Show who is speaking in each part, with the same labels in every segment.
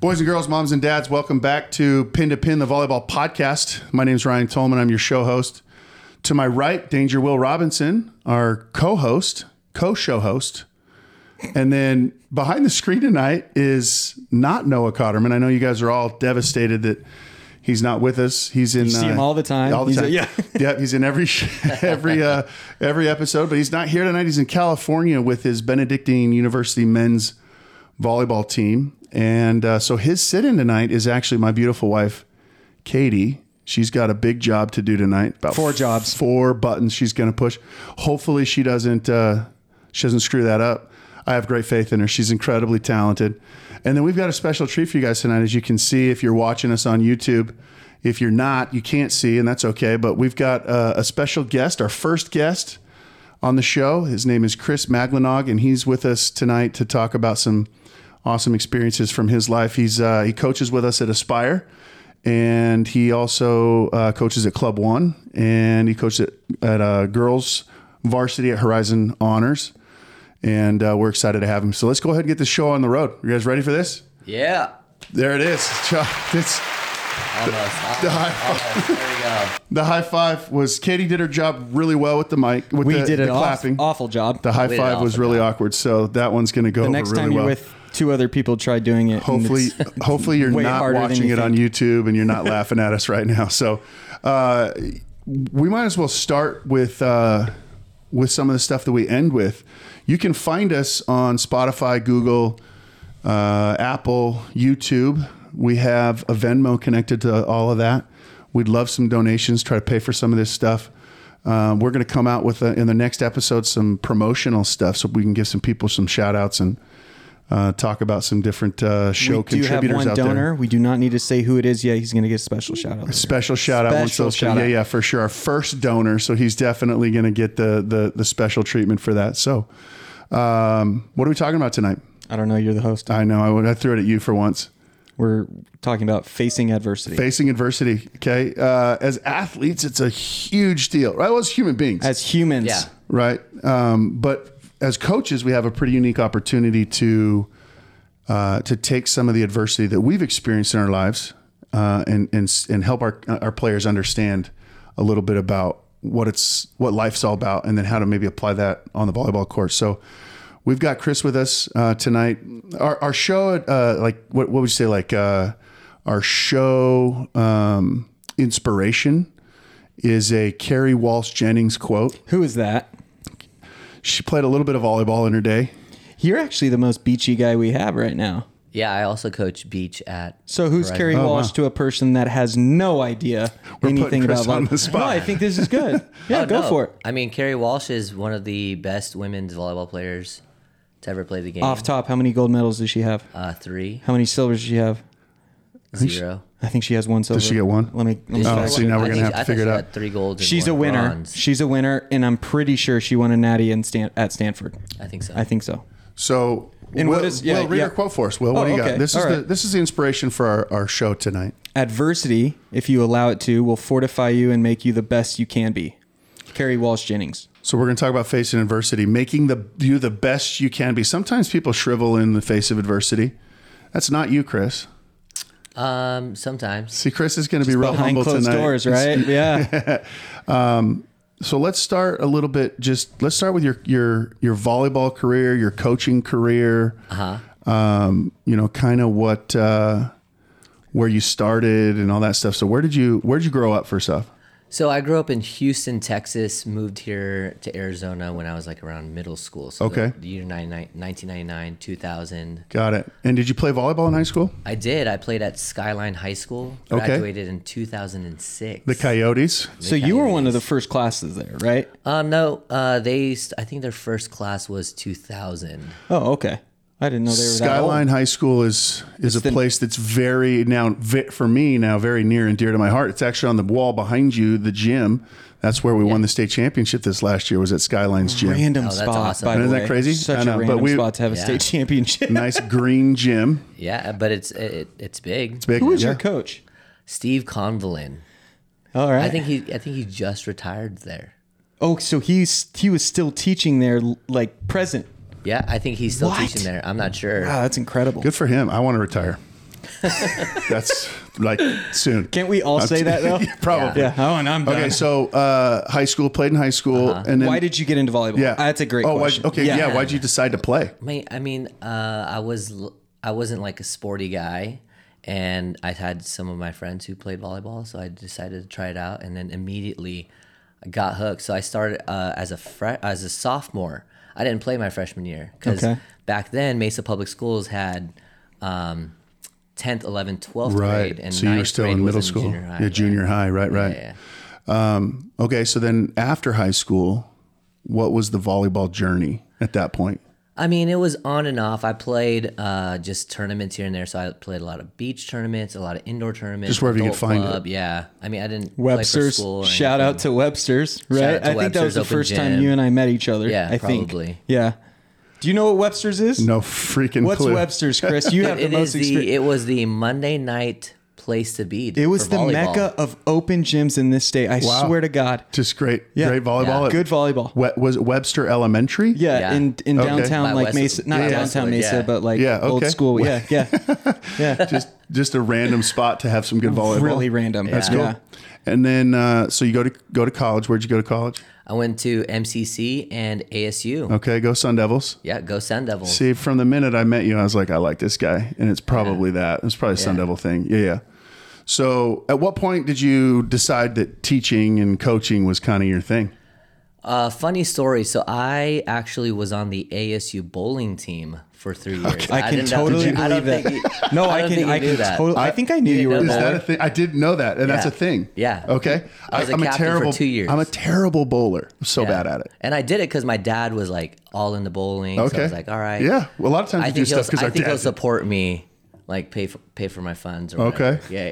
Speaker 1: Boys and girls, moms and dads, welcome back to Pin to Pin, the volleyball podcast. My name is Ryan Tolman. I'm your show host. To my right, Danger Will Robinson, our co host, co show host. And then behind the screen tonight is not Noah Cotterman. I know you guys are all devastated that he's not with us. He's in. You
Speaker 2: see him all the time.
Speaker 1: All the
Speaker 2: He's a-
Speaker 1: time.
Speaker 2: yeah.
Speaker 1: Yep, he's in every sh- every uh, every episode, but he's not here tonight. He's in California with his Benedictine University men's volleyball team, and uh, so his sit-in tonight is actually my beautiful wife, Katie. She's got a big job to do tonight. About
Speaker 2: Four jobs.
Speaker 1: four buttons she's going to push. Hopefully, she doesn't uh, she doesn't screw that up. I have great faith in her. She's incredibly talented. And then we've got a special treat for you guys tonight. As you can see, if you're watching us on YouTube, if you're not, you can't see, and that's okay. But we've got uh, a special guest, our first guest on the show. His name is Chris Maglinog, and he's with us tonight to talk about some awesome experiences from his life. He's uh, he coaches with us at Aspire, and he also uh, coaches at Club One, and he coaches at, at uh, girls varsity at Horizon Honors. And uh, we're excited to have him. So let's go ahead and get this show on the road. You guys ready for this?
Speaker 3: Yeah.
Speaker 1: There it is. Chuck, It's,
Speaker 3: Almost. Almost.
Speaker 1: high
Speaker 3: almost. There we go.
Speaker 1: the high five was Katie did her job really well with the mic. With
Speaker 2: We
Speaker 1: the,
Speaker 2: did
Speaker 1: the
Speaker 2: an aw-
Speaker 1: clapping.
Speaker 2: awful job.
Speaker 1: The high
Speaker 3: We did
Speaker 1: five
Speaker 3: an
Speaker 1: was
Speaker 3: awful
Speaker 1: really
Speaker 3: job.
Speaker 1: awkward, so that one's going to go
Speaker 2: the
Speaker 1: over
Speaker 2: next
Speaker 1: really
Speaker 2: time you're
Speaker 1: well.
Speaker 2: with two other people, try doing it. and
Speaker 1: hopefully,
Speaker 2: it's-
Speaker 1: hopefully you're
Speaker 2: way
Speaker 1: not
Speaker 2: harder than
Speaker 1: watching
Speaker 2: you
Speaker 1: it on YouTube and you're not laughing at us right now. So, uh, we might as well start with uh, with some of the stuff that we end with. You can find us on Spotify, Google, uh, Apple, YouTube. We have a Venmo connected to all of that. We'd love some donations. Try to pay for some of this stuff. Um, we're going to come out with uh in the next episode some promotional stuff, so we can give some people some shout outs and uh, talk about some different uh, show
Speaker 2: we do have
Speaker 1: contributors
Speaker 2: one
Speaker 1: out
Speaker 2: donor.
Speaker 1: there.
Speaker 2: We do not need to say who it is yet. He's going to get a special shout out.
Speaker 1: Special shout out once
Speaker 2: Special
Speaker 1: those
Speaker 2: shout
Speaker 1: yeah
Speaker 2: out.
Speaker 1: yeah for sure our first donor so he's definitely going to get the, the the special treatment for that so um, what are we talking about tonight
Speaker 2: I don't know. You're the host.
Speaker 1: I know I, would- I threw it at you for once
Speaker 2: We're talking about facing adversity
Speaker 1: facing adversity okay uh, as athletes it's a huge deal right well as human beings
Speaker 2: as humans.
Speaker 3: Yeah.
Speaker 1: right? Um, but as coaches, we have a pretty unique opportunity to uh, to take some of the adversity that we've experienced in our lives uh, and and s- and help our our players understand a little bit about what it's what life's all about, and then how to maybe apply that on the volleyball court. So. We've got Chris with us uh, tonight. Our, our show, uh, like what, what would you say, like uh, our show um, inspiration is a Carrie Walsh Jennings quote.
Speaker 2: Who is that?
Speaker 1: She played a little bit of volleyball in her day.
Speaker 2: You're actually the most beachy guy we have right now.
Speaker 3: Yeah, I also coach beach at.
Speaker 2: So who's Kerry Walsh to a person that has no idea
Speaker 1: Oh, putting
Speaker 2: anything about
Speaker 1: Chris on
Speaker 2: volleyball?
Speaker 1: the spot.
Speaker 2: No, I think this is good. Yeah,
Speaker 3: Oh,
Speaker 2: go
Speaker 3: no.
Speaker 2: for it.
Speaker 3: I mean, Carrie Walsh is one of the best women's volleyball players to ever play the game.
Speaker 2: Off top, how many gold medals does she have?
Speaker 3: Uh, three,
Speaker 2: How many silvers does she have?
Speaker 3: zero.
Speaker 2: I think she has one silver.
Speaker 1: she get one?
Speaker 2: Let me. Let me
Speaker 3: Did she
Speaker 2: fact
Speaker 3: have
Speaker 1: Oh, see,
Speaker 3: one?
Speaker 1: now we're
Speaker 3: I
Speaker 1: gonna have to
Speaker 3: think she- I thought
Speaker 1: figure it
Speaker 3: she
Speaker 1: out.
Speaker 3: had Three golds. and
Speaker 2: She's a
Speaker 3: one
Speaker 2: winner.
Speaker 3: bronze.
Speaker 2: She's a winner, and I'm pretty sure she won a natty in Stan- at Stanford.
Speaker 3: I think so.
Speaker 2: I think so.
Speaker 1: So,
Speaker 2: And
Speaker 1: Will,
Speaker 2: what is- yeah,
Speaker 1: Will, read
Speaker 2: yeah.
Speaker 1: her quote for us. Will,
Speaker 2: Oh,
Speaker 1: what do you got?
Speaker 2: okay.
Speaker 1: This is
Speaker 2: All
Speaker 1: the
Speaker 2: right.
Speaker 1: this is the inspiration for our, our show tonight.
Speaker 2: Adversity, if you allow it to, will fortify you and make you the best you can be. Carrie Walsh Jennings.
Speaker 1: So we're going to talk about facing adversity, making the you the best you can be. Sometimes people shrivel in the face of adversity. That's not you, Chris.
Speaker 3: Um, sometimes.
Speaker 1: See, Chris is going to be real
Speaker 2: Behind
Speaker 1: humble
Speaker 2: closed
Speaker 1: tonight.
Speaker 2: doors, right? Yeah.
Speaker 1: So let's start a little bit. Just let's start with your your your volleyball career, your coaching career.
Speaker 2: Uh-huh.
Speaker 3: Uh huh.
Speaker 1: um, you know, kind of what uh, where you started and all that stuff. So where did you where did you grow up first off?
Speaker 3: So I grew up in Houston, Texas. Moved here to Arizona when I was like around middle school. So
Speaker 1: Okay.
Speaker 3: The, the year 99 1999, 2000.
Speaker 1: Got it. And did you play volleyball in high school?
Speaker 3: I did. I played at Skyline High School.
Speaker 1: Okay.
Speaker 3: Graduated in 2006.
Speaker 1: The Coyotes.
Speaker 2: so you were one of the first classes there, right?
Speaker 3: Uh, no, uh, they. St- I think their first class was 2000.
Speaker 2: Oh, okay. I didn't know they were
Speaker 1: Skyline High School is is a
Speaker 2: the-
Speaker 1: place that's very now ve- for me now very near and dear to my heart. It's actually on the wall behind you, the gym. That's where we won the state championship this last year. Was at Skyline's
Speaker 2: that
Speaker 1: gym.
Speaker 2: old. Random
Speaker 3: Oh, that's
Speaker 2: spot.
Speaker 3: awesome.
Speaker 2: By the
Speaker 1: Isn't that
Speaker 2: way.
Speaker 1: crazy? I
Speaker 2: Such
Speaker 1: know,
Speaker 2: a
Speaker 1: but
Speaker 2: random
Speaker 1: we-
Speaker 2: spot to have a
Speaker 3: Yeah.
Speaker 2: state championship.
Speaker 1: Nice green gym.
Speaker 3: Yeah, but it's it, it's big.
Speaker 1: Big.
Speaker 2: Who was
Speaker 1: yeah.
Speaker 2: your coach?
Speaker 3: Steve Convalin.
Speaker 2: All right.
Speaker 3: I think he. I think he just retired there.
Speaker 2: Oh, so he's he was still teaching there, l- like present.
Speaker 3: Yeah, I think he's still
Speaker 2: What?
Speaker 3: teaching there. I'm not sure.
Speaker 2: Wow, Ah, that's incredible.
Speaker 1: Good for him. I want to retire. That's like soon.
Speaker 2: Can't we all say that though?
Speaker 1: Probably.
Speaker 2: yeah. Oh, and I'm done.
Speaker 1: Okay, so uh, high school, played in high school, and then
Speaker 2: why did you get into volleyball?
Speaker 1: yeah,
Speaker 2: that's a great
Speaker 1: oh, why-
Speaker 2: question.
Speaker 1: okay, yeah. why'd you decide to play?
Speaker 3: Ma- I mean, uh, I was l- I wasn't like a sporty guy, and I had some of my friends who played volleyball, so I decided to try it out, and then immediately I got hooked. So I started uh, as a fre- as a sophomore. I didn't play my freshman year because
Speaker 2: Okay.
Speaker 3: back then Mesa Public Schools had. Um, 10th, 11th, 12th grade, and
Speaker 1: so you were
Speaker 3: ninth
Speaker 1: still
Speaker 3: grade
Speaker 1: in
Speaker 3: was
Speaker 1: middle school,
Speaker 3: Junior high,
Speaker 1: yeah,
Speaker 3: right?
Speaker 1: junior high, right, right.
Speaker 3: yeah.
Speaker 1: Okay, so then after high school, what was the volleyball journey at that point?
Speaker 3: I mean, it was on and off. I played uh, just tournaments here and there. So I played a lot of beach tournaments, a lot of indoor tournaments.
Speaker 1: Just wherever you could
Speaker 3: adult
Speaker 1: find it.
Speaker 3: club, Yeah. I mean, I didn't play for
Speaker 2: Webster's.
Speaker 3: school. or
Speaker 2: Shout
Speaker 3: anything.
Speaker 2: out to Webster's. Right.
Speaker 3: out to
Speaker 2: I think that was
Speaker 3: Webster's
Speaker 2: the
Speaker 3: Open
Speaker 2: first time
Speaker 3: Gym.
Speaker 2: you and I met each other.
Speaker 3: Yeah,
Speaker 2: I think.
Speaker 3: probably.
Speaker 2: Yeah. Do you know what Webster's is?
Speaker 1: No freaking
Speaker 2: What's
Speaker 1: clue.
Speaker 2: Webster's, Chris? You have the
Speaker 3: It, is
Speaker 2: most
Speaker 3: the,
Speaker 2: experience.
Speaker 3: it was the Monday night place to be.
Speaker 2: It was
Speaker 3: for
Speaker 2: the
Speaker 3: volleyball.
Speaker 2: mecca of open gyms in this state. I
Speaker 1: Wow.
Speaker 2: swear to God.
Speaker 1: Just great,
Speaker 2: Yeah.
Speaker 1: great volleyball.
Speaker 3: Yeah.
Speaker 1: at-
Speaker 2: Good volleyball.
Speaker 1: We- was it Webster Elementary?
Speaker 2: Yeah,
Speaker 3: Yeah.
Speaker 2: in in
Speaker 1: Okay.
Speaker 2: downtown
Speaker 3: By
Speaker 2: like
Speaker 3: West-
Speaker 2: Mesa, not
Speaker 3: yeah.
Speaker 2: downtown Mesa,
Speaker 3: Yeah.
Speaker 2: but like
Speaker 1: Yeah,
Speaker 2: old
Speaker 1: okay.
Speaker 2: school. Yeah, yeah, yeah.
Speaker 1: Just just a random spot to have some good volleyball.
Speaker 2: really random.
Speaker 1: That's cool. And then uh, so you go to go to college. Where'd you go to college?
Speaker 3: I went to MCC and ASU.
Speaker 1: Okay, go Sun Devils.
Speaker 3: Yeah. Go Sun Devils.
Speaker 1: See, from the minute I met you, I was like, I like this guy, and it's probably that. It's probably a Sun
Speaker 3: Yeah.
Speaker 1: Devil thing. Yeah, yeah. So, at what point did you decide that teaching and coaching was kind of your thing?
Speaker 3: Uh, funny story. So I actually was on the ASU bowling team for three years.
Speaker 2: I can
Speaker 3: didn't know-
Speaker 2: totally
Speaker 3: I
Speaker 2: believe
Speaker 3: don't
Speaker 2: that.
Speaker 3: think you-
Speaker 2: No,
Speaker 3: I
Speaker 2: I,
Speaker 3: don't
Speaker 2: can.
Speaker 3: think you
Speaker 2: I
Speaker 3: knew
Speaker 2: can
Speaker 3: that.
Speaker 2: totally. I think I knew you were.
Speaker 3: know
Speaker 1: Is
Speaker 3: that.
Speaker 1: that a thing? I didn't know that, and that's
Speaker 3: Yeah.
Speaker 1: a thing.
Speaker 3: Yeah.
Speaker 1: Okay.
Speaker 3: I was a
Speaker 1: I'm
Speaker 3: captain for
Speaker 1: terrible.
Speaker 3: two years.
Speaker 1: I'm a terrible bowler. I'm so
Speaker 3: Yeah.
Speaker 1: bad at it.
Speaker 3: And I did it because my dad was like all in the bowling.
Speaker 1: Okay.
Speaker 3: So I was like, all right.
Speaker 1: Yeah. Well, a lot of times
Speaker 3: I
Speaker 1: you do
Speaker 3: think he'll,
Speaker 1: stuff because
Speaker 3: I
Speaker 1: our
Speaker 3: think
Speaker 1: dad.
Speaker 3: he'll support me, like pay for, pay for my funds. Or
Speaker 1: Okay.
Speaker 3: whatever. Yeah.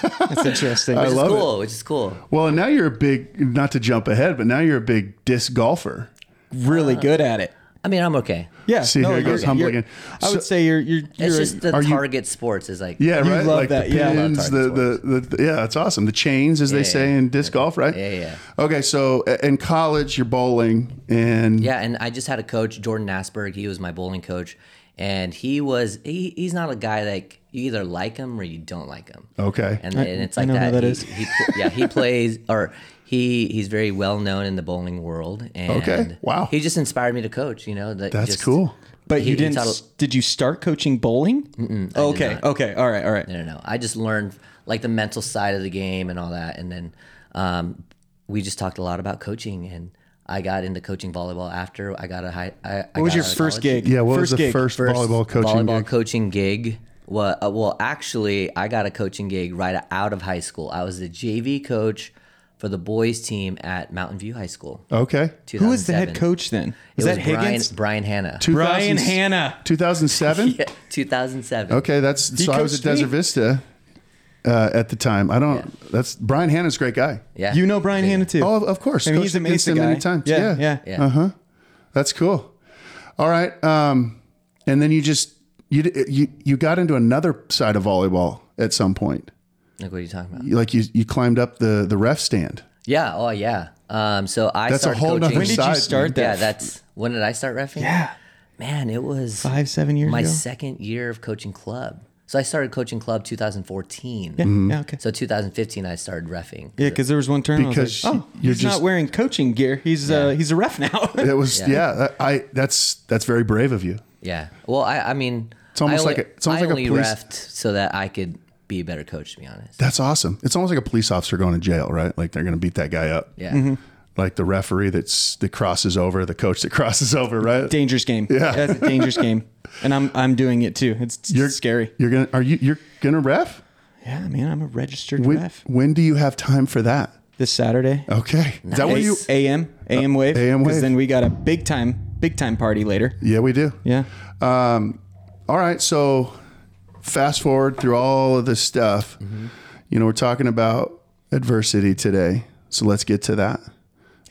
Speaker 3: yeah.
Speaker 2: That's interesting.
Speaker 1: I
Speaker 3: Which
Speaker 1: love
Speaker 3: is
Speaker 1: it.
Speaker 3: cool. Which is cool.
Speaker 1: well, and now you're a big. Not to jump ahead, but now you're a big disc golfer.
Speaker 2: really good at it.
Speaker 3: I mean, I'm okay.
Speaker 2: Yeah.
Speaker 1: See, here it
Speaker 2: you're-
Speaker 1: goes humble
Speaker 2: you're-
Speaker 1: again.
Speaker 2: I would say you're you're. you're
Speaker 3: It's just the
Speaker 1: you-
Speaker 3: target sports is like.
Speaker 1: Yeah,
Speaker 2: You
Speaker 1: right.
Speaker 2: love that.
Speaker 1: The
Speaker 2: Yeah. I love
Speaker 1: pins, the,
Speaker 3: target
Speaker 1: the, the yeah, that's awesome. The chains, as they
Speaker 3: Yeah,
Speaker 1: say
Speaker 3: yeah.
Speaker 1: in disc golf, right?
Speaker 3: Yeah, yeah.
Speaker 1: Okay, so a- in college, you're bowling, and
Speaker 3: Yeah, and I just had a coach, Jordan Asberg. He was my bowling coach, and he was he, he's not a guy like you either like him or you don't like him.
Speaker 1: okay,
Speaker 3: and, and it's
Speaker 2: I
Speaker 3: like
Speaker 2: know who
Speaker 3: that.
Speaker 2: that
Speaker 3: he,
Speaker 2: is.
Speaker 3: he pl- yeah, he plays or he he's very well known in the bowling world. And
Speaker 1: Okay, wow.
Speaker 3: He just inspired me to coach. You know, that
Speaker 1: that's
Speaker 3: just-
Speaker 1: cool.
Speaker 2: But
Speaker 3: He-
Speaker 2: you
Speaker 3: he
Speaker 2: didn't.
Speaker 3: taught-
Speaker 2: s- Did you start coaching bowling? okay. Okay. All right. All right.
Speaker 3: I don't know. I just learned like the mental side of the game and all that, and then um, we just talked a lot about coaching, and I got into coaching volleyball after I got a high. I, I
Speaker 2: What was
Speaker 3: got
Speaker 2: your
Speaker 3: out of
Speaker 2: first
Speaker 3: college.
Speaker 2: gig?
Speaker 1: Yeah, what was
Speaker 2: first
Speaker 1: the
Speaker 2: gig?
Speaker 1: first, volleyball coaching?
Speaker 3: volleyball
Speaker 1: gig?
Speaker 3: coaching gig. Well, uh, well, actually, I got a coaching gig right out of high school. I was the JV coach for the boys team at Mountain View High School.
Speaker 1: Okay,
Speaker 2: Oh, Who was the head
Speaker 3: 2007.
Speaker 2: coach then? Was that
Speaker 3: it was
Speaker 2: Higgins?
Speaker 3: Brian, Brian Hanna.
Speaker 2: Brian Hanna.
Speaker 1: 2007.
Speaker 3: Yeah, 2007.
Speaker 1: Okay, that's so. I was at
Speaker 2: coached me.
Speaker 1: Desert Vista uh, at the time. I don't. That's Brian Hanna's a great guy.
Speaker 3: Yeah.
Speaker 2: You know Brian Hanna too.
Speaker 1: Oh, of- of course.
Speaker 2: I mean,
Speaker 1: Coached
Speaker 2: he's a
Speaker 1: against
Speaker 2: Mesa
Speaker 1: him
Speaker 2: guy.
Speaker 1: many times.
Speaker 2: Yeah.
Speaker 1: Yeah.
Speaker 2: Yeah.
Speaker 3: Yeah.
Speaker 1: That's cool. All right. Um, and then you just you you you got into another side of volleyball at some point.
Speaker 3: Like, what are you talking about?
Speaker 1: You- Like you you climbed up the the ref stand.
Speaker 3: Yeah. Oh, yeah. Um, so I
Speaker 1: That's a
Speaker 3: started
Speaker 1: whole
Speaker 3: coaching.
Speaker 1: nother
Speaker 2: When did you
Speaker 1: Side,
Speaker 2: start
Speaker 3: yeah,
Speaker 2: that?
Speaker 3: that's when did I start refing?
Speaker 2: Yeah.
Speaker 3: Man, it was
Speaker 2: Five, seven years
Speaker 3: my
Speaker 2: ago.
Speaker 3: second year of coaching club. So I started coaching club 2014.
Speaker 2: Yeah. Okay.
Speaker 3: So 2015, I started refing.
Speaker 2: Yeah, because there was one turn
Speaker 1: Because
Speaker 2: I was like, oh,
Speaker 1: you're
Speaker 2: he's
Speaker 1: just-
Speaker 2: not wearing coaching gear. He's uh, he's a ref now.
Speaker 1: It was yeah. that- I that's that's very brave of you.
Speaker 3: Yeah. Well, I, I mean, it's
Speaker 1: almost
Speaker 3: I only,
Speaker 1: like a- it's almost
Speaker 3: I
Speaker 1: like a
Speaker 3: only
Speaker 1: police-
Speaker 3: refed so that I could be a better coach, to be honest.
Speaker 1: That's awesome. It's almost like a police officer going to jail, right? Like they're going to beat that guy up.
Speaker 3: Yeah.
Speaker 1: Like the referee that's that crosses over, the coach that crosses over, right?
Speaker 2: dangerous game. Yeah, that's a dangerous game, and I'm I'm doing it too. It's, it's scary.
Speaker 1: You're gonna are you you're gonna ref?
Speaker 2: Yeah, man, I'm a registered
Speaker 1: When,
Speaker 2: ref.
Speaker 1: when do you have time for that?
Speaker 2: This Saturday,
Speaker 1: Okay, is that Uh, what you?
Speaker 3: Nice.
Speaker 2: AM AM wave.
Speaker 1: AM wave.
Speaker 2: Because then we got a big time big time party later.
Speaker 1: Yeah, we do.
Speaker 2: Yeah,
Speaker 1: All right, so fast forward through all of this stuff. You know, we're talking about adversity today. So let's get to that.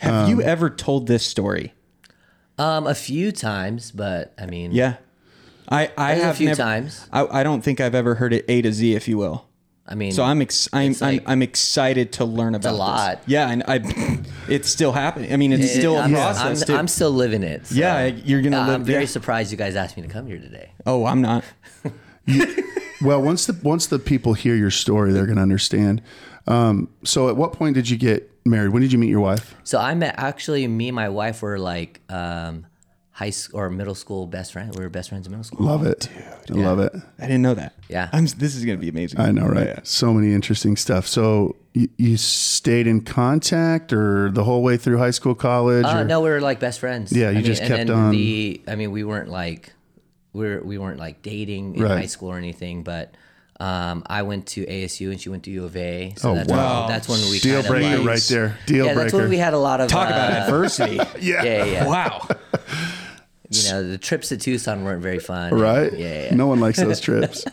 Speaker 1: Um,
Speaker 2: have you ever told this story?
Speaker 3: Um, a few times, but I mean,
Speaker 2: Yeah, I I
Speaker 3: Only a
Speaker 2: have
Speaker 3: few
Speaker 2: never-
Speaker 3: times.
Speaker 2: I, I don't think I've ever heard it A to Z, if you will.
Speaker 3: I mean,
Speaker 2: So I'm ex- I'm,
Speaker 3: It's like-
Speaker 2: I'm I'm excited to learn about this.
Speaker 3: lot.
Speaker 2: Yeah, and I it's still happening. I mean, it's still a
Speaker 3: I'm,
Speaker 2: process.
Speaker 3: I'm,
Speaker 2: dude.
Speaker 3: I'm still living it. so-
Speaker 2: yeah, you're gonna
Speaker 3: Uh,
Speaker 2: live. Oh,
Speaker 3: I'm very
Speaker 2: yeah.
Speaker 3: surprised you guys asked me to come here today.
Speaker 2: Oh, I'm not.
Speaker 1: Well, once the once the people hear your story, they're going to understand. Um, so, at what point did you get married? When did you meet your wife?
Speaker 3: So I met actually me and my wife were like um, high school or middle school best friends. We were best friends in middle school.
Speaker 1: Love it. I love it.
Speaker 2: I didn't know that.
Speaker 3: Yeah.
Speaker 2: I'm, this is gonna be amazing.
Speaker 1: I know, right? So many interesting stuff. So, you, you stayed in contact, or the whole way through high school, college?
Speaker 3: Uh,
Speaker 1: or-
Speaker 3: no, we were like best friends.
Speaker 1: Yeah, you
Speaker 3: I mean,
Speaker 1: just
Speaker 3: and
Speaker 1: kept
Speaker 3: then
Speaker 1: on-
Speaker 3: The, I mean, we weren't like we were, we weren't like dating in
Speaker 1: Right.
Speaker 3: high school or anything, but. Um, I went to ASU and she went to U of A. So
Speaker 1: Oh,
Speaker 3: that's
Speaker 1: wow.
Speaker 3: When, that's when we
Speaker 1: Deal
Speaker 3: kind of
Speaker 1: breaker,
Speaker 3: like,
Speaker 1: right there. Deal
Speaker 3: yeah,
Speaker 1: breaker.
Speaker 3: that's when we had a lot of
Speaker 2: Talk
Speaker 3: uh,
Speaker 2: about adversity.
Speaker 1: yeah.
Speaker 3: Yeah, yeah, yeah.
Speaker 2: Wow.
Speaker 3: You know, the trips to Tucson weren't very fun.
Speaker 1: Right?
Speaker 3: Yeah, yeah.
Speaker 1: No one likes those trips.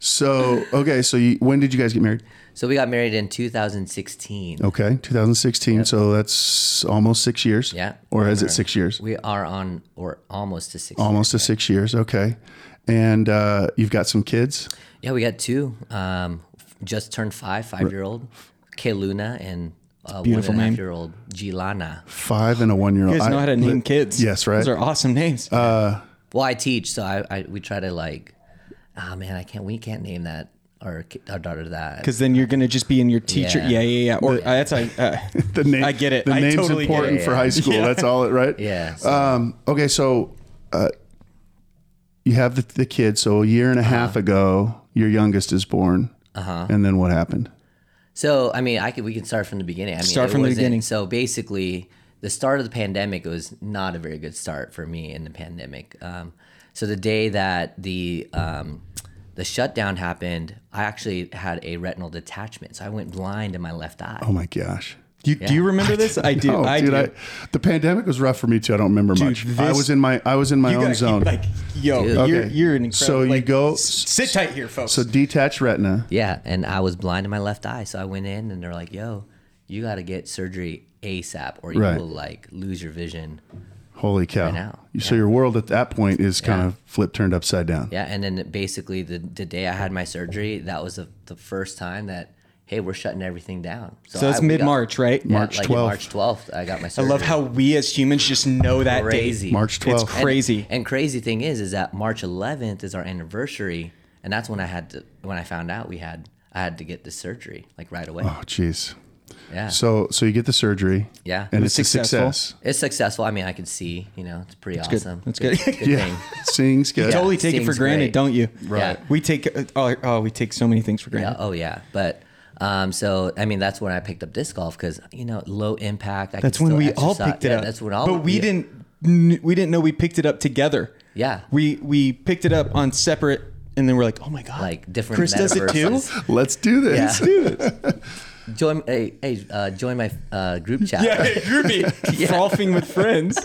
Speaker 1: so, okay. So, you, when did you guys get married?
Speaker 3: So we got married in 2016.
Speaker 1: Okay, 2016. So that's almost six years.
Speaker 3: Yeah.
Speaker 1: Or is it six years?
Speaker 3: We are on or almost to 16.
Speaker 1: Almost to six years. Okay. And uh, you've got some kids.
Speaker 3: Yeah, we got two. Um, f- just turned five, five year old, Kayluna, and uh, one and
Speaker 2: beautiful
Speaker 3: a half
Speaker 2: name.
Speaker 3: year old Gilana.
Speaker 1: Five and a one year old.
Speaker 2: You guys know how to name kids.
Speaker 1: yes, right. Uh,
Speaker 2: Those are awesome names.
Speaker 3: Well, I teach, so I, I we try to like, ah man, I can't. We can't name that our ki- our daughter that.
Speaker 2: Because then you're gonna just be in your teacher. Yeah,
Speaker 3: Yeah.
Speaker 2: yeah, yeah. Or uh, that's like uh,
Speaker 1: the name.
Speaker 2: I get it.
Speaker 1: The
Speaker 2: I
Speaker 1: name's
Speaker 2: totally get it.
Speaker 1: important for high school. That's all it, right?
Speaker 3: Yeah. so-
Speaker 1: Um, okay. So uh, you have the, the kid. So a year
Speaker 3: Uh-huh.
Speaker 1: and a half ago, your youngest is born. Uh-huh. And then what happened?
Speaker 3: So I mean, I could we can start from the beginning. I mean,
Speaker 2: Start
Speaker 3: it
Speaker 2: from the
Speaker 3: wasn't-
Speaker 2: beginning.
Speaker 3: So basically, the start of the pandemic was not a very good start for me in the pandemic. Um, so the day that the um, the shutdown happened, I actually had a retinal detachment, so I went blind in my left eye.
Speaker 1: Oh my gosh.
Speaker 2: do, you, do you remember this? I do.
Speaker 1: Oh,
Speaker 2: I
Speaker 1: dude,
Speaker 2: do.
Speaker 1: I, the pandemic was rough for me too. I don't remember much. I
Speaker 2: this-
Speaker 1: was in my I was in my
Speaker 2: you
Speaker 1: own
Speaker 2: gotta keep,
Speaker 1: zone.
Speaker 2: Like, yo,
Speaker 3: Dude.
Speaker 2: you're
Speaker 1: Okay.
Speaker 2: you're an incredible.
Speaker 1: So you
Speaker 2: like,
Speaker 1: go-
Speaker 2: s- Sit tight here, folks.
Speaker 1: So detached retina.
Speaker 3: Yeah, and I was blind in my left eye, so I went in, and they're like, "Yo, you got to get surgery ASAP, or you
Speaker 1: Right.
Speaker 3: will like lose your vision."
Speaker 1: Holy cow!
Speaker 3: now,
Speaker 1: So your world at that point is kind of flipped, turned upside down.
Speaker 3: Yeah, and then basically the the day I had my surgery, that was the, the first time that hey, we're shutting everything down.
Speaker 2: so it's
Speaker 3: I- we got-
Speaker 2: mid March, right?
Speaker 3: yeah,
Speaker 1: March
Speaker 3: like
Speaker 1: 12th.
Speaker 3: March twelfth, I got my
Speaker 2: I
Speaker 3: surgery.
Speaker 2: love how we as humans just know that
Speaker 3: crazy.
Speaker 2: date.
Speaker 1: March
Speaker 2: It's
Speaker 1: 12th.
Speaker 2: crazy.
Speaker 3: And crazy thing is, is that March eleventh is our anniversary, and that's when I had to when I found out we had I had to get the surgery like right away.
Speaker 1: oh, jeez.
Speaker 3: yeah,
Speaker 1: So so you get the surgery.
Speaker 3: Yeah.
Speaker 1: And
Speaker 3: It
Speaker 1: it's
Speaker 2: was
Speaker 1: a
Speaker 2: successful.
Speaker 1: success.
Speaker 3: it's successful. I mean, I could see. You know, it's pretty awesome.
Speaker 2: That's good.
Speaker 3: Good
Speaker 1: Yeah.
Speaker 3: thing.
Speaker 1: Seeing's good.
Speaker 2: totally take it for
Speaker 3: seems
Speaker 2: granted,
Speaker 3: great.
Speaker 2: don't you?
Speaker 3: Right. Yeah.
Speaker 2: We take uh, oh, oh we take so many things for
Speaker 3: Yeah,
Speaker 2: granted.
Speaker 3: oh yeah, but um, so I mean that's when I picked up disc golf because you know low impact. I
Speaker 2: That's
Speaker 3: could
Speaker 2: when
Speaker 3: still
Speaker 2: we all
Speaker 3: exercise.
Speaker 2: picked it
Speaker 3: yeah,
Speaker 2: up.
Speaker 3: That's when all.
Speaker 2: But we
Speaker 3: yeah.
Speaker 2: didn't kn- we didn't know we picked it up together.
Speaker 3: Yeah.
Speaker 2: We we picked it up on separate and then we're like, "Oh my god."
Speaker 3: like different.
Speaker 2: Chris does it too?
Speaker 3: metaverses.
Speaker 1: Let's do this. Uh,
Speaker 3: Yeah. Join hey, hey uh, join my uh, group chat.
Speaker 2: Yeah, hey, groupie. Golfing with friends.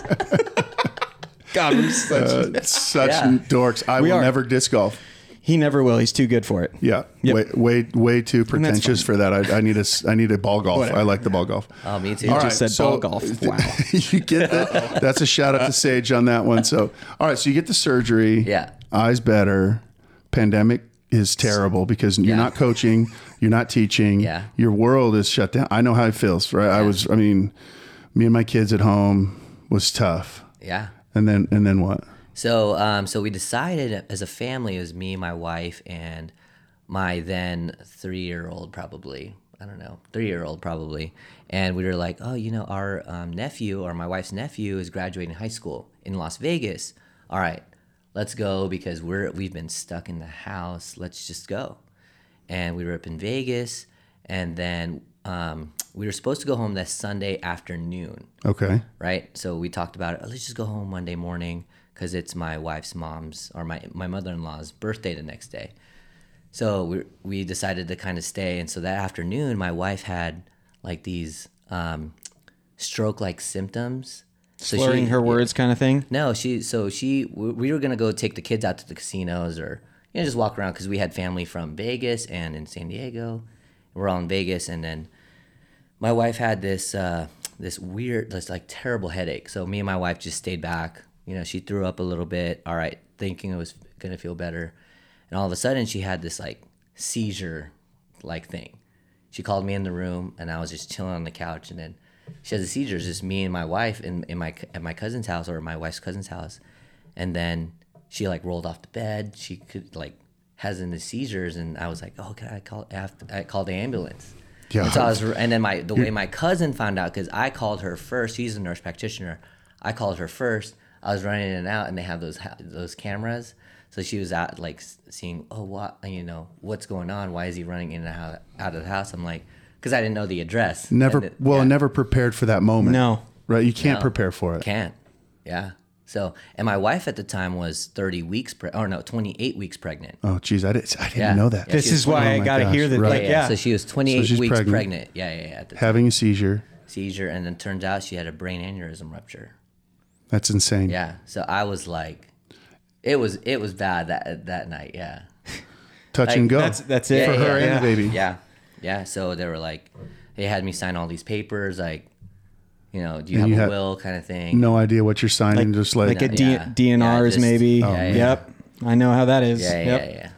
Speaker 2: god, we're such
Speaker 1: Uh, such
Speaker 3: Yeah.
Speaker 1: dorks. I will
Speaker 2: are.
Speaker 1: never disc golf.
Speaker 2: He never will. He's too good for it.
Speaker 1: Yeah.
Speaker 2: Yep.
Speaker 1: Way way way too pretentious
Speaker 2: fine.
Speaker 1: for that. I, I need a s- I need a ball golf.
Speaker 2: Whatever.
Speaker 1: I like the ball golf.
Speaker 3: Oh, me too.
Speaker 1: All
Speaker 2: Just
Speaker 1: right,
Speaker 2: said
Speaker 1: so-
Speaker 2: ball golf. Wow.
Speaker 1: you get that? That's a shout out to Sage on that one. So, all right, so you get the surgery.
Speaker 3: Yeah.
Speaker 1: Eyes better. Pandemic is terrible because you're
Speaker 3: Yeah.
Speaker 1: not coaching, you're not teaching.
Speaker 3: Yeah.
Speaker 1: Your world is shut down. I know how it feels, right? I was I mean, me and my kids at home was tough.
Speaker 3: Yeah.
Speaker 1: And then and then what?
Speaker 3: So um, so we decided as a family, it was me, my wife, and my then three year old probably. I don't know, three year old probably. And we were like, oh, you know, our um, nephew or my wife's nephew is graduating high school in Las Vegas. All right, let's go because we're we've been stuck in the house. Let's just go. And we were up in Vegas, and then um, we were supposed to go home that Sunday afternoon
Speaker 1: Okay.
Speaker 3: right? So we talked about it. "Oh, let's just go home Monday morning because it's my wife's mom's or my, my mother in law's birthday the next day. So we we decided to kind of stay, and so that afternoon, my wife had like these um, stroke like symptoms. So
Speaker 2: Slurring
Speaker 3: she-
Speaker 2: her words kind of thing.
Speaker 3: No, she. So she. We we were gonna go take the kids out to the casinos or you know just walk around because we had family from Vegas and in San Diego. We're all in Vegas, and then my wife had this uh, this weird, this like terrible headache. So me and my wife just stayed back. You know, she threw up a little bit. All right, thinking it was gonna feel better, and all of a sudden she had this like seizure like thing. She called me in the room, and I was just chilling on the couch, and then she has a seizure. It's just me and my wife in, in my at my cousin's house or my wife's cousin's house, and then she like rolled off the bed. She could like having the seizures, and I was like, oh, can I call? I, have to- I called the ambulance.
Speaker 1: Yeah.
Speaker 3: And so I was, and then my the
Speaker 1: Hmm.
Speaker 3: way my cousin found out because I called her first. She's a nurse practitioner. I called her first. I was running in and out, and they have those ha- those cameras. So she was out like s- seeing, oh, what you know, what's going on? Why is he running in and out, out of the house? I'm like, because I didn't know the address.
Speaker 1: Never,
Speaker 3: And it-
Speaker 1: well,
Speaker 3: yeah.
Speaker 1: never prepared for that moment.
Speaker 2: No.
Speaker 1: Right? You can't prepare for it.
Speaker 3: Can't. Yeah. So, and my wife at the time was 30 weeks, pre- or no, 28 weeks pregnant.
Speaker 1: Oh, geez. I, did, I didn't
Speaker 3: Yeah.
Speaker 1: know that.
Speaker 3: Yeah,
Speaker 2: This
Speaker 3: she's
Speaker 2: is why
Speaker 1: Oh
Speaker 2: I
Speaker 1: my
Speaker 2: got to
Speaker 1: gosh,
Speaker 2: hear that.
Speaker 1: right.
Speaker 2: Like,
Speaker 3: Yeah,
Speaker 2: yeah.
Speaker 3: So she was 28
Speaker 1: she's
Speaker 3: weeks
Speaker 1: pregnant.
Speaker 3: pregnant. Yeah, yeah, yeah. At the
Speaker 1: Having a seizure.
Speaker 3: seizure. And then turns out she had a brain aneurysm rupture.
Speaker 1: That's insane.
Speaker 3: Yeah. So I was like, it was, it was bad that, that night. Yeah.
Speaker 1: Touch and go.
Speaker 2: that's that's it
Speaker 3: Yeah,
Speaker 2: for
Speaker 3: yeah,
Speaker 2: her.
Speaker 1: Her
Speaker 2: Yeah.
Speaker 1: and the baby.
Speaker 3: Yeah. Yeah. So they were like, they had me sign all these papers, like, you know, do you
Speaker 1: And
Speaker 3: have
Speaker 1: you
Speaker 3: a
Speaker 1: had-
Speaker 3: will kind of thing?
Speaker 1: No idea what you're signing. just like,
Speaker 2: Like a D-
Speaker 3: Yeah.
Speaker 2: DNRs
Speaker 3: Yeah, just-
Speaker 2: maybe.
Speaker 3: Oh, yeah.
Speaker 2: Yep. I know how that is.
Speaker 3: Yeah,
Speaker 2: yep.
Speaker 3: yeah, yeah.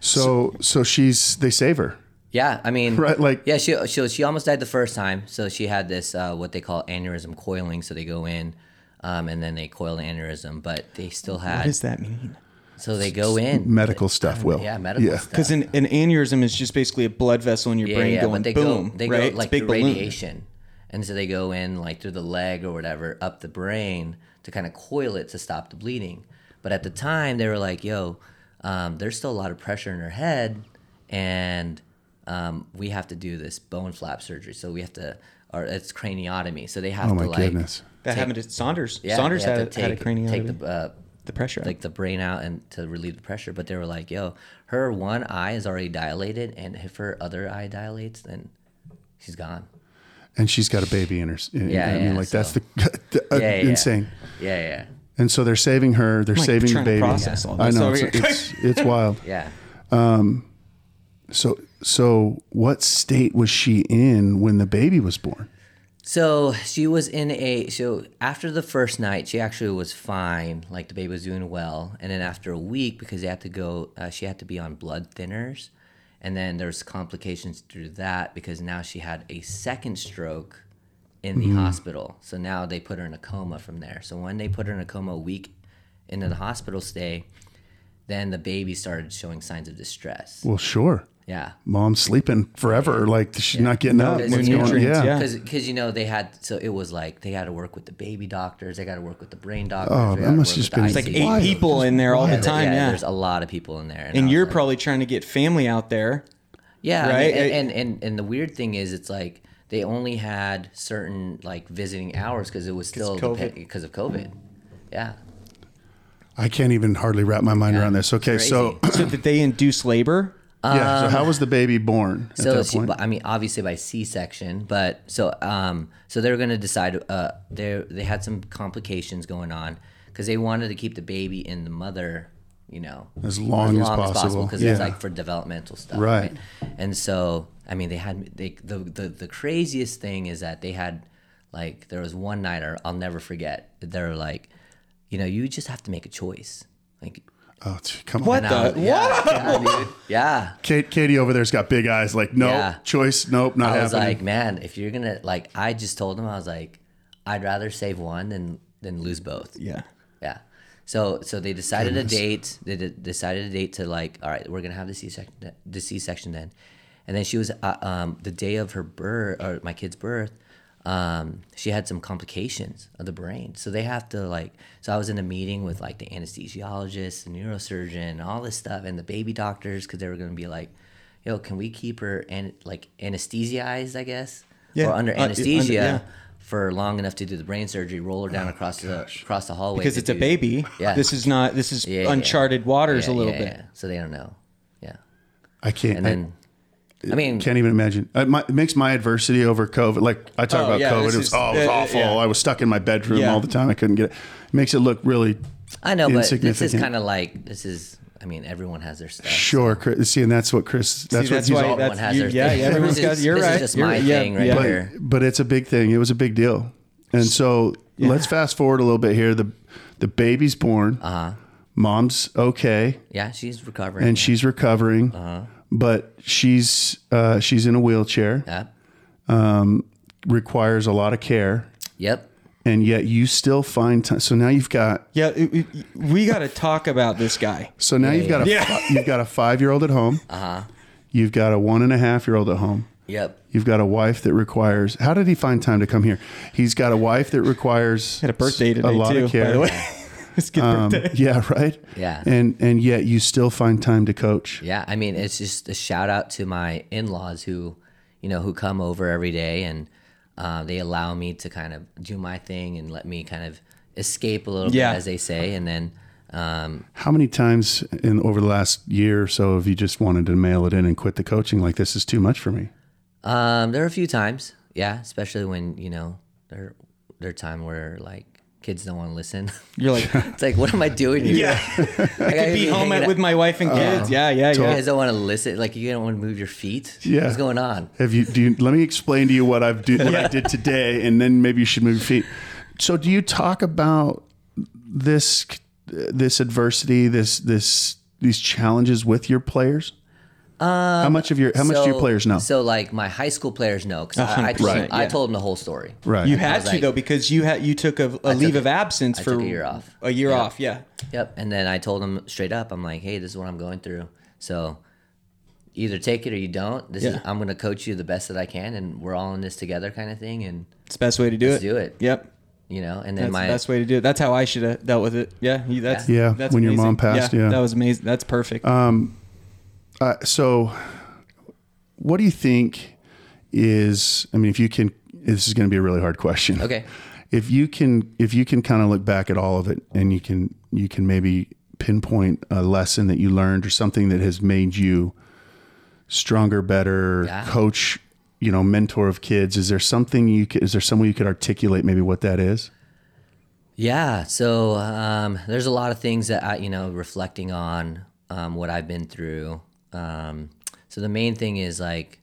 Speaker 1: so, so she's, they save her.
Speaker 3: Yeah, I mean,
Speaker 1: Right, like-
Speaker 3: yeah, she she she almost died the first time, so she had this uh, what they call aneurysm coiling. So they go in, um, and then they coil the aneurysm, but they still
Speaker 2: What
Speaker 3: had.
Speaker 2: does that mean?
Speaker 3: so they go in.
Speaker 1: Medical stuff, Will.
Speaker 3: yeah, medical stuff.
Speaker 2: Because an, an aneurysm is just basically a blood vessel in your
Speaker 3: yeah,
Speaker 2: brain
Speaker 3: yeah,
Speaker 2: going
Speaker 3: but they
Speaker 2: boom,
Speaker 3: go they
Speaker 2: right?
Speaker 3: go
Speaker 2: It's a
Speaker 3: like
Speaker 2: big
Speaker 3: through
Speaker 2: balloon.
Speaker 3: radiation, and so they go in like through the leg or whatever up the brain to kind of coil it to stop the bleeding. But at the time, they were like, "Yo, um, there's still a lot of pressure in her head, and um, we have to do this bone flap surgery. So we have to, or it's craniotomy. So they have
Speaker 1: Oh
Speaker 3: to
Speaker 1: my
Speaker 3: like,
Speaker 1: goodness.
Speaker 2: That happened to Saunders.
Speaker 3: yeah,
Speaker 2: Saunders
Speaker 3: they
Speaker 2: had,
Speaker 3: have
Speaker 2: a-
Speaker 3: to
Speaker 2: had a
Speaker 3: take,
Speaker 2: craniotomy.
Speaker 3: take
Speaker 2: the,
Speaker 3: the uh,
Speaker 2: pressure.
Speaker 3: like the brain out and to relieve the pressure. But they were like, "Yo, her one eye is already dilated, and if her other eye dilates, then she's gone."
Speaker 1: And she's got a baby in her. In,
Speaker 3: Yeah,
Speaker 1: I mean,
Speaker 3: yeah,
Speaker 1: like that's
Speaker 3: so-
Speaker 1: the, uh,
Speaker 3: Yeah, yeah.
Speaker 1: insane.
Speaker 3: Yeah, yeah,
Speaker 1: And so they're saving her. They're
Speaker 2: like
Speaker 1: saving the
Speaker 2: trying to
Speaker 1: baby.
Speaker 2: process all
Speaker 1: I
Speaker 2: this
Speaker 1: know
Speaker 2: over
Speaker 1: it's,
Speaker 2: here.
Speaker 1: it's it's wild.
Speaker 3: yeah.
Speaker 1: So so what state was she in when the baby was born?
Speaker 3: So she was in a so after the first night, she actually was fine. Like the baby was doing well, and then after a week, because they had to go, uh, she had to be on blood thinners, and then there's complications through that because now she had a second stroke in the hospital. So now they put her in a coma from there. So when they put her in a coma a week into the hospital stay, then the baby started showing signs of distress.
Speaker 1: Well, sure.
Speaker 3: Yeah.
Speaker 1: Mom's sleeping forever. Like she's not getting up.
Speaker 3: there's
Speaker 1: What's
Speaker 3: no
Speaker 1: going on?
Speaker 2: nutrients,
Speaker 1: Yeah.
Speaker 2: yeah.
Speaker 3: because you know they had so it was like they had to work with the baby doctors, they got to work with the brain doctors.
Speaker 1: Oh,
Speaker 3: they
Speaker 1: that
Speaker 3: gotta
Speaker 1: must
Speaker 3: work
Speaker 1: just
Speaker 3: with
Speaker 1: been-
Speaker 3: the
Speaker 1: It's
Speaker 2: like
Speaker 1: It's
Speaker 2: eight
Speaker 1: wild.
Speaker 2: people in there all the
Speaker 1: wild.
Speaker 2: time. Yeah.
Speaker 3: there's a lot of people in there, and, I
Speaker 2: And
Speaker 3: was
Speaker 2: you're
Speaker 3: like-
Speaker 2: probably trying to get family out there.
Speaker 3: yeah, I mean,
Speaker 2: right?
Speaker 3: and, and and and the weird thing is, it's like they only had certain like visiting hours because it was still
Speaker 2: COVID.
Speaker 3: because of COVID. Yeah,
Speaker 1: I can't even hardly wrap my mind around this. Okay, so
Speaker 2: So did they induce labor?
Speaker 1: yeah. So how was the baby born at
Speaker 3: so
Speaker 1: that
Speaker 3: she,
Speaker 1: point?
Speaker 3: but, I mean, obviously by C-section, but so um, so they were gonna decide. Uh, they they had some complications going on because they wanted to keep the baby in the mother, you know,
Speaker 1: As long as possible.
Speaker 3: because
Speaker 1: Yeah.
Speaker 3: it's like for developmental stuff,
Speaker 1: Right.
Speaker 3: right. And so I mean, they had they the, the the craziest thing is that they had like there was one night or I'll never forget. They were like, you know, you just have to make a choice, like.
Speaker 1: oh, t- come
Speaker 2: What
Speaker 1: on.
Speaker 2: the?
Speaker 3: I was- yeah, yeah, dude. yeah.
Speaker 1: Kate, Katie over there's got big eyes. Like no
Speaker 3: Yeah.
Speaker 1: choice. Nope, not
Speaker 3: I was
Speaker 1: happening.
Speaker 3: like, man, if you're gonna like, I just told him I was like, I'd rather save one than than lose both.
Speaker 2: Yeah.
Speaker 3: Yeah. So so they decided a date. They de- decided a date to like, all right, we're gonna have the C section the C section then, and then she was uh, um, the day of her birth or my kid's birth. Um, she had some complications of the brain, so they have to like. So I was in a meeting with like the anesthesiologist, the neurosurgeon, and all this stuff, and the baby doctors because they were gonna be like, "Yo, can we keep her and like anesthetized, I guess,
Speaker 2: Yeah,
Speaker 3: or under
Speaker 2: uh, under-
Speaker 3: anesthesia?"
Speaker 2: yeah.
Speaker 3: For long enough to do the brain surgery, roll her down across the across the hallway
Speaker 2: Oh, Because
Speaker 3: to
Speaker 2: it's a
Speaker 3: do-
Speaker 2: baby.
Speaker 3: Yeah.
Speaker 2: This is not. This is
Speaker 3: Yeah, yeah.
Speaker 2: uncharted waters
Speaker 3: Yeah,
Speaker 2: a little
Speaker 3: yeah,
Speaker 2: bit.
Speaker 3: yeah. So they don't know. Yeah.
Speaker 1: I can't
Speaker 3: And
Speaker 1: I-
Speaker 3: then, I, mean,
Speaker 1: Can't even imagine. It, mi- it makes my adversity over COVID. Like I talk
Speaker 2: Oh,
Speaker 1: about
Speaker 2: yeah,
Speaker 1: COVID, it
Speaker 2: this
Speaker 1: was,
Speaker 2: is-
Speaker 1: oh, it was
Speaker 2: yeah, yeah,
Speaker 1: awful.
Speaker 2: yeah.
Speaker 1: I was stuck in my bedroom
Speaker 2: Yeah.
Speaker 1: all the time. I couldn't get it. It makes it look really
Speaker 3: I know, but this is
Speaker 1: insignificant.
Speaker 3: kind of like this is. I mean, everyone has their stuff.
Speaker 1: sure. Chris- See, and that's what Chris. That's
Speaker 2: See,
Speaker 1: what
Speaker 2: that's
Speaker 1: he's
Speaker 2: why.
Speaker 1: all.
Speaker 2: that's
Speaker 3: has
Speaker 2: you-
Speaker 3: their
Speaker 2: yeah.
Speaker 3: thing.
Speaker 2: yeah everyone's
Speaker 3: This
Speaker 2: got.
Speaker 3: is-
Speaker 2: You're
Speaker 3: this is
Speaker 2: right.
Speaker 3: just
Speaker 2: You're-
Speaker 3: my
Speaker 2: yeah,
Speaker 3: thing right
Speaker 2: yeah.
Speaker 1: but,
Speaker 3: here.
Speaker 1: but it's a big thing. It was a big deal. And so let's fast forward a little bit here. The the baby's born. Uh-huh. Mom's okay,
Speaker 3: Yeah, she's recovering.
Speaker 1: and she's recovering. Uh-huh. But she's uh, she's in a wheelchair.
Speaker 3: yep.
Speaker 1: Requires a lot of care.
Speaker 3: Yep.
Speaker 1: and yet you still find time. So now you've got
Speaker 2: Yeah, it- it- we got to talk about this guy.
Speaker 1: so now you've got a fi- you've got a five year old at home. You've got a one and a half year old at home.
Speaker 3: Yep.
Speaker 1: You've got a wife that requires. How did he find time to come here? He's got a wife that requires
Speaker 2: Had a birthday today
Speaker 1: a lot
Speaker 2: too,
Speaker 1: of care.
Speaker 2: by the way. It's good
Speaker 1: Um,
Speaker 2: birthday.
Speaker 1: yeah, right.
Speaker 3: Yeah.
Speaker 1: and and yet you still find time to coach.
Speaker 3: Yeah, I mean, it's just a shout out to my in-laws who, you know, who come over every day and uh, they allow me to kind of do my thing and let me kind of escape a little
Speaker 2: Yeah.
Speaker 3: bit, as they say. And then, um,
Speaker 1: How many times in over the last year or so have you just wanted to mail it in and quit the coaching? Like this is too much for me.
Speaker 3: um, there are a few times, yeah, especially when you know there there are time where like kids don't want to listen.
Speaker 2: You're like,
Speaker 3: it's like, what am I doing here? I gotta
Speaker 2: be home
Speaker 3: hanging
Speaker 2: at,
Speaker 3: out-
Speaker 2: with my wife and kids. yeah, yeah,
Speaker 3: You
Speaker 2: yeah.
Speaker 3: guys don't want to listen. Like you don't want to move your feet.
Speaker 1: Yeah.
Speaker 3: what's going on?
Speaker 1: Have you? Do you, let me explain to you what I've do, what I did today, and then maybe you should move your feet. So, do you talk about this this adversity, this this these challenges with your players? how much of your how much do your players know?
Speaker 3: Um, So like my high school players know because I, I, told,
Speaker 2: Right,
Speaker 3: I
Speaker 2: yeah.
Speaker 3: told them the whole story.
Speaker 1: right.
Speaker 2: You had to
Speaker 3: like-
Speaker 2: though because you had you took a, a leave
Speaker 3: a-
Speaker 2: of absence
Speaker 3: I
Speaker 2: for
Speaker 3: took a year off.
Speaker 2: A year off, yeah.
Speaker 3: Yep. And then I told them straight up, I'm like, hey, this is what I'm going through. So either take it or you don't. This is
Speaker 2: Yeah.
Speaker 3: I'm gonna coach you the best that I can, and we're all in this together, kind of thing. And
Speaker 2: It's the best way to do it.
Speaker 3: do it.
Speaker 2: Yep.
Speaker 3: you know, and
Speaker 2: That's
Speaker 3: then
Speaker 2: the
Speaker 3: my
Speaker 2: best way to do it. That's how I should have dealt with it. Yeah. you- That's
Speaker 1: Yeah,
Speaker 2: That's
Speaker 1: when your
Speaker 2: amazing.
Speaker 1: mom passed, yeah. Um,
Speaker 2: That was amazing. That's perfect.
Speaker 1: Uh, so, what do you think is? I mean, if you can, this is going to be a really hard question.
Speaker 3: okay.
Speaker 1: If you can, if you can kind of look back at all of it, and you can, you can maybe pinpoint a lesson that you learned or something that has made you stronger, better
Speaker 3: Yeah.
Speaker 1: coach. You know, mentor of kids. Is there something you could? Is there some way you could articulate maybe what that is?
Speaker 3: Yeah. So um, there's a lot of things that I, you know, reflecting on um, what I've been through. Um, so the main thing is like,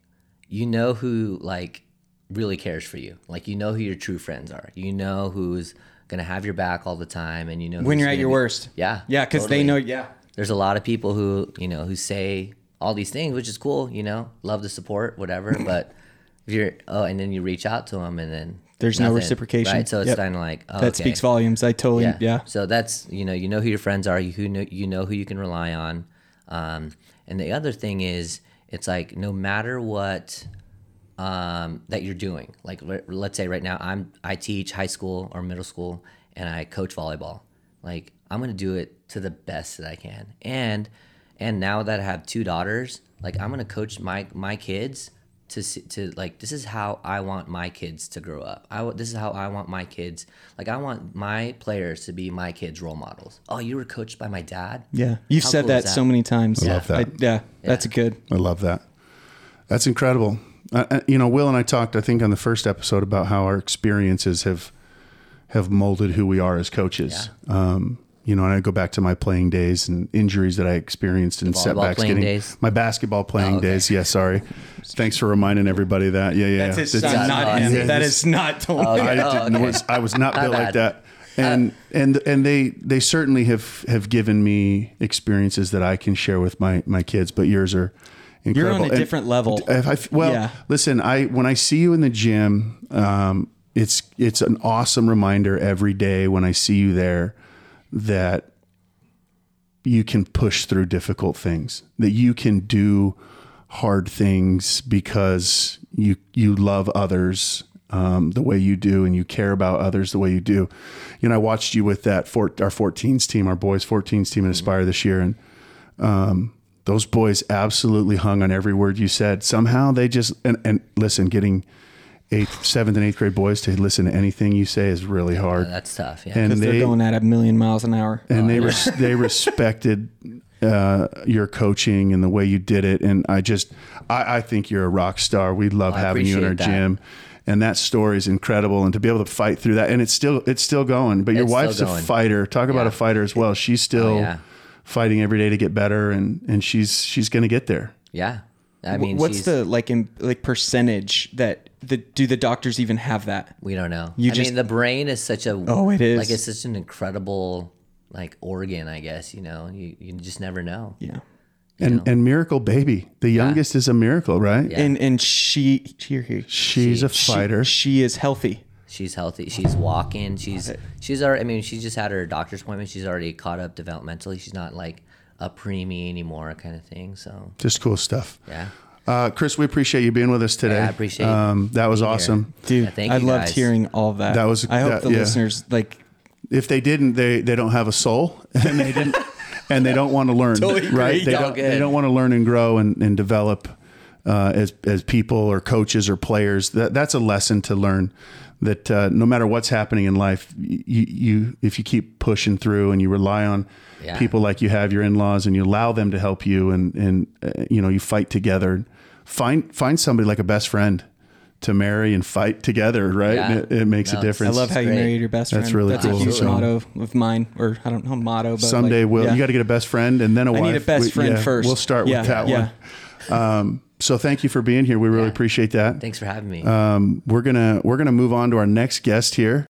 Speaker 3: you know who like really cares for you. Like you know who your true friends are. You know who's gonna have your back all the time, and you know
Speaker 2: when
Speaker 3: who's
Speaker 2: you're at
Speaker 3: gonna
Speaker 2: your
Speaker 3: be-
Speaker 2: worst.
Speaker 3: Yeah.
Speaker 2: Yeah, because
Speaker 3: totally.
Speaker 2: they know. Yeah.
Speaker 3: There's a lot of people who you know who say all these things, which is cool. You know, love the support, whatever. but if you're oh, and then you reach out to them, and then
Speaker 2: There's no
Speaker 3: nothing,
Speaker 2: reciprocation.
Speaker 3: Right. So it's
Speaker 2: Yep.
Speaker 3: kind of like oh,
Speaker 2: That
Speaker 3: okay.
Speaker 2: speaks volumes. I totally. Yeah.
Speaker 3: So that's you know you know who your friends are. You who know, you know who you can rely on. Um, and the other thing is, it's like no matter what um, that you're doing. Like le- let's say right now I'm I teach high school or middle school and I coach volleyball. Like I'm gonna do it to the best that I can. And and now that I have two daughters, like I'm gonna coach my my kids to s- to like this is how I want my kids to grow up. I wa- this is how I want my kids. Like I want my players to be my kids' role models. Oh, you were coached by my dad.
Speaker 2: Yeah. You've
Speaker 3: How
Speaker 2: said
Speaker 3: cool
Speaker 2: that,
Speaker 3: is that?
Speaker 2: so many times. I
Speaker 1: love that.
Speaker 2: yeah. That's good.
Speaker 1: I love that. That's incredible. Uh, uh, you know, Will and I talked, I think, on the first episode about how our experiences have have molded who we are as coaches. Um, you know, and I go back to my playing days and injuries that I experienced and
Speaker 3: volleyball
Speaker 1: setbacks.
Speaker 3: playing
Speaker 1: Getting
Speaker 3: days? Oh,
Speaker 1: my basketball playing days. Yeah, sorry. Thanks for reminding everybody that. Yeah, yeah.
Speaker 2: That's his
Speaker 1: That's-
Speaker 2: son,
Speaker 3: Yeah,
Speaker 2: not
Speaker 3: no,
Speaker 2: him.
Speaker 1: yeah,
Speaker 2: that
Speaker 1: this-
Speaker 2: is not the one.
Speaker 1: I,
Speaker 3: Oh,
Speaker 1: didn't,
Speaker 3: okay.
Speaker 1: was, I was not built like
Speaker 3: bad. Uh,
Speaker 1: that. And and and they they certainly have have given me experiences that I can share with my my kids, but yours are
Speaker 2: You're
Speaker 1: incredible.
Speaker 2: on a
Speaker 1: And-
Speaker 2: different level.
Speaker 1: if I, well,
Speaker 2: Yeah.
Speaker 1: listen, I when I see you in the gym, um, it's it's an awesome reminder every day when I see you there that you can push through difficult things, that you can do hard things because you you love others um, the way you do, and you care about others the way you do. You know, I watched you with that four, our 14s team, our boys 14s team at Aspire this year, and those boys absolutely hung on every word you said. Somehow they just and, and listen, getting eighth, seventh, and eighth grade boys to listen to anything you say is really hard.
Speaker 3: Oh, That's tough. Yeah.
Speaker 1: and
Speaker 2: Because they're
Speaker 1: they
Speaker 2: going at a million miles an hour.
Speaker 1: and they res- they respected uh, your coaching and the way you did it. And I just I, I think you're a rock star. We love
Speaker 3: I
Speaker 1: having you in our
Speaker 3: appreciate that.
Speaker 1: gym. And that story is incredible, and to be able to fight through that, and it's still it's still going. But your
Speaker 3: It's still
Speaker 1: wife's a
Speaker 3: going.
Speaker 1: fighter. Talk about a fighter as well. She's still
Speaker 3: Oh, yeah.
Speaker 1: fighting every day to get better, and and she's she's going to get there.
Speaker 3: yeah. I mean,
Speaker 2: What's
Speaker 3: she's-
Speaker 2: the like in, like percentage that the do the doctors even have that?
Speaker 3: We don't know.
Speaker 2: You
Speaker 3: I
Speaker 2: just-
Speaker 3: mean, the brain is such a
Speaker 2: Oh, it is.
Speaker 3: like it's such an incredible like organ. I guess you know you you just never know.
Speaker 2: Yeah.
Speaker 1: and and miracle baby the youngest is a miracle right
Speaker 2: And and she she, she
Speaker 1: she's a fighter
Speaker 2: she is healthy.
Speaker 3: She's healthy. She's walking. She's she's already. I mean, she just had her doctor's appointment. She's already caught up developmentally. She's not like a preemie anymore, kind of thing. So
Speaker 1: Just cool stuff.
Speaker 3: yeah,
Speaker 1: Uh, Chris, we appreciate you being with us today.
Speaker 3: Yeah, I appreciate
Speaker 1: um, That was awesome.
Speaker 2: Dude,
Speaker 3: Yeah, thank
Speaker 2: I
Speaker 3: you
Speaker 2: loved
Speaker 3: guys.
Speaker 2: hearing all that.
Speaker 1: That was-
Speaker 2: I hope
Speaker 1: that-
Speaker 2: the
Speaker 1: yeah.
Speaker 2: listeners like
Speaker 1: If they didn't, they they don't have a soul, and they didn't, and they don't want to learn,
Speaker 2: Totally agree.
Speaker 1: right? They
Speaker 3: Y'all
Speaker 1: don't,
Speaker 3: good.
Speaker 1: they don't want to learn and grow and, and develop uh, as as people or coaches or players. That that's a lesson to learn. That uh, no matter what's happening in life, you, you if you keep pushing through and you rely on
Speaker 3: Yeah.
Speaker 1: people like you have your in laws and you allow them to help you and and uh, you know you fight together. Find find somebody like a best friend to marry and fight together, right?
Speaker 3: Yeah.
Speaker 1: And it, it makes a
Speaker 3: No, it's-
Speaker 2: I
Speaker 1: difference.
Speaker 2: love how you
Speaker 3: great.
Speaker 2: married your best friend.
Speaker 1: That's really
Speaker 2: That's
Speaker 1: cool.
Speaker 2: a huge
Speaker 1: Absolutely.
Speaker 2: motto of mine, or I don't know motto, but
Speaker 1: Someday
Speaker 2: like,
Speaker 1: we'll
Speaker 2: yeah.
Speaker 1: you got to get a best friend and then a
Speaker 2: I
Speaker 1: wife.
Speaker 2: need a best
Speaker 1: We-
Speaker 2: friend
Speaker 1: yeah,
Speaker 2: first.
Speaker 1: We'll start
Speaker 2: Yeah,
Speaker 1: with that
Speaker 2: yeah.
Speaker 1: one. Um, so thank you for being here. We really appreciate that.
Speaker 3: thanks for having me.
Speaker 1: Um, we're gonna we're gonna move on to our next guest here.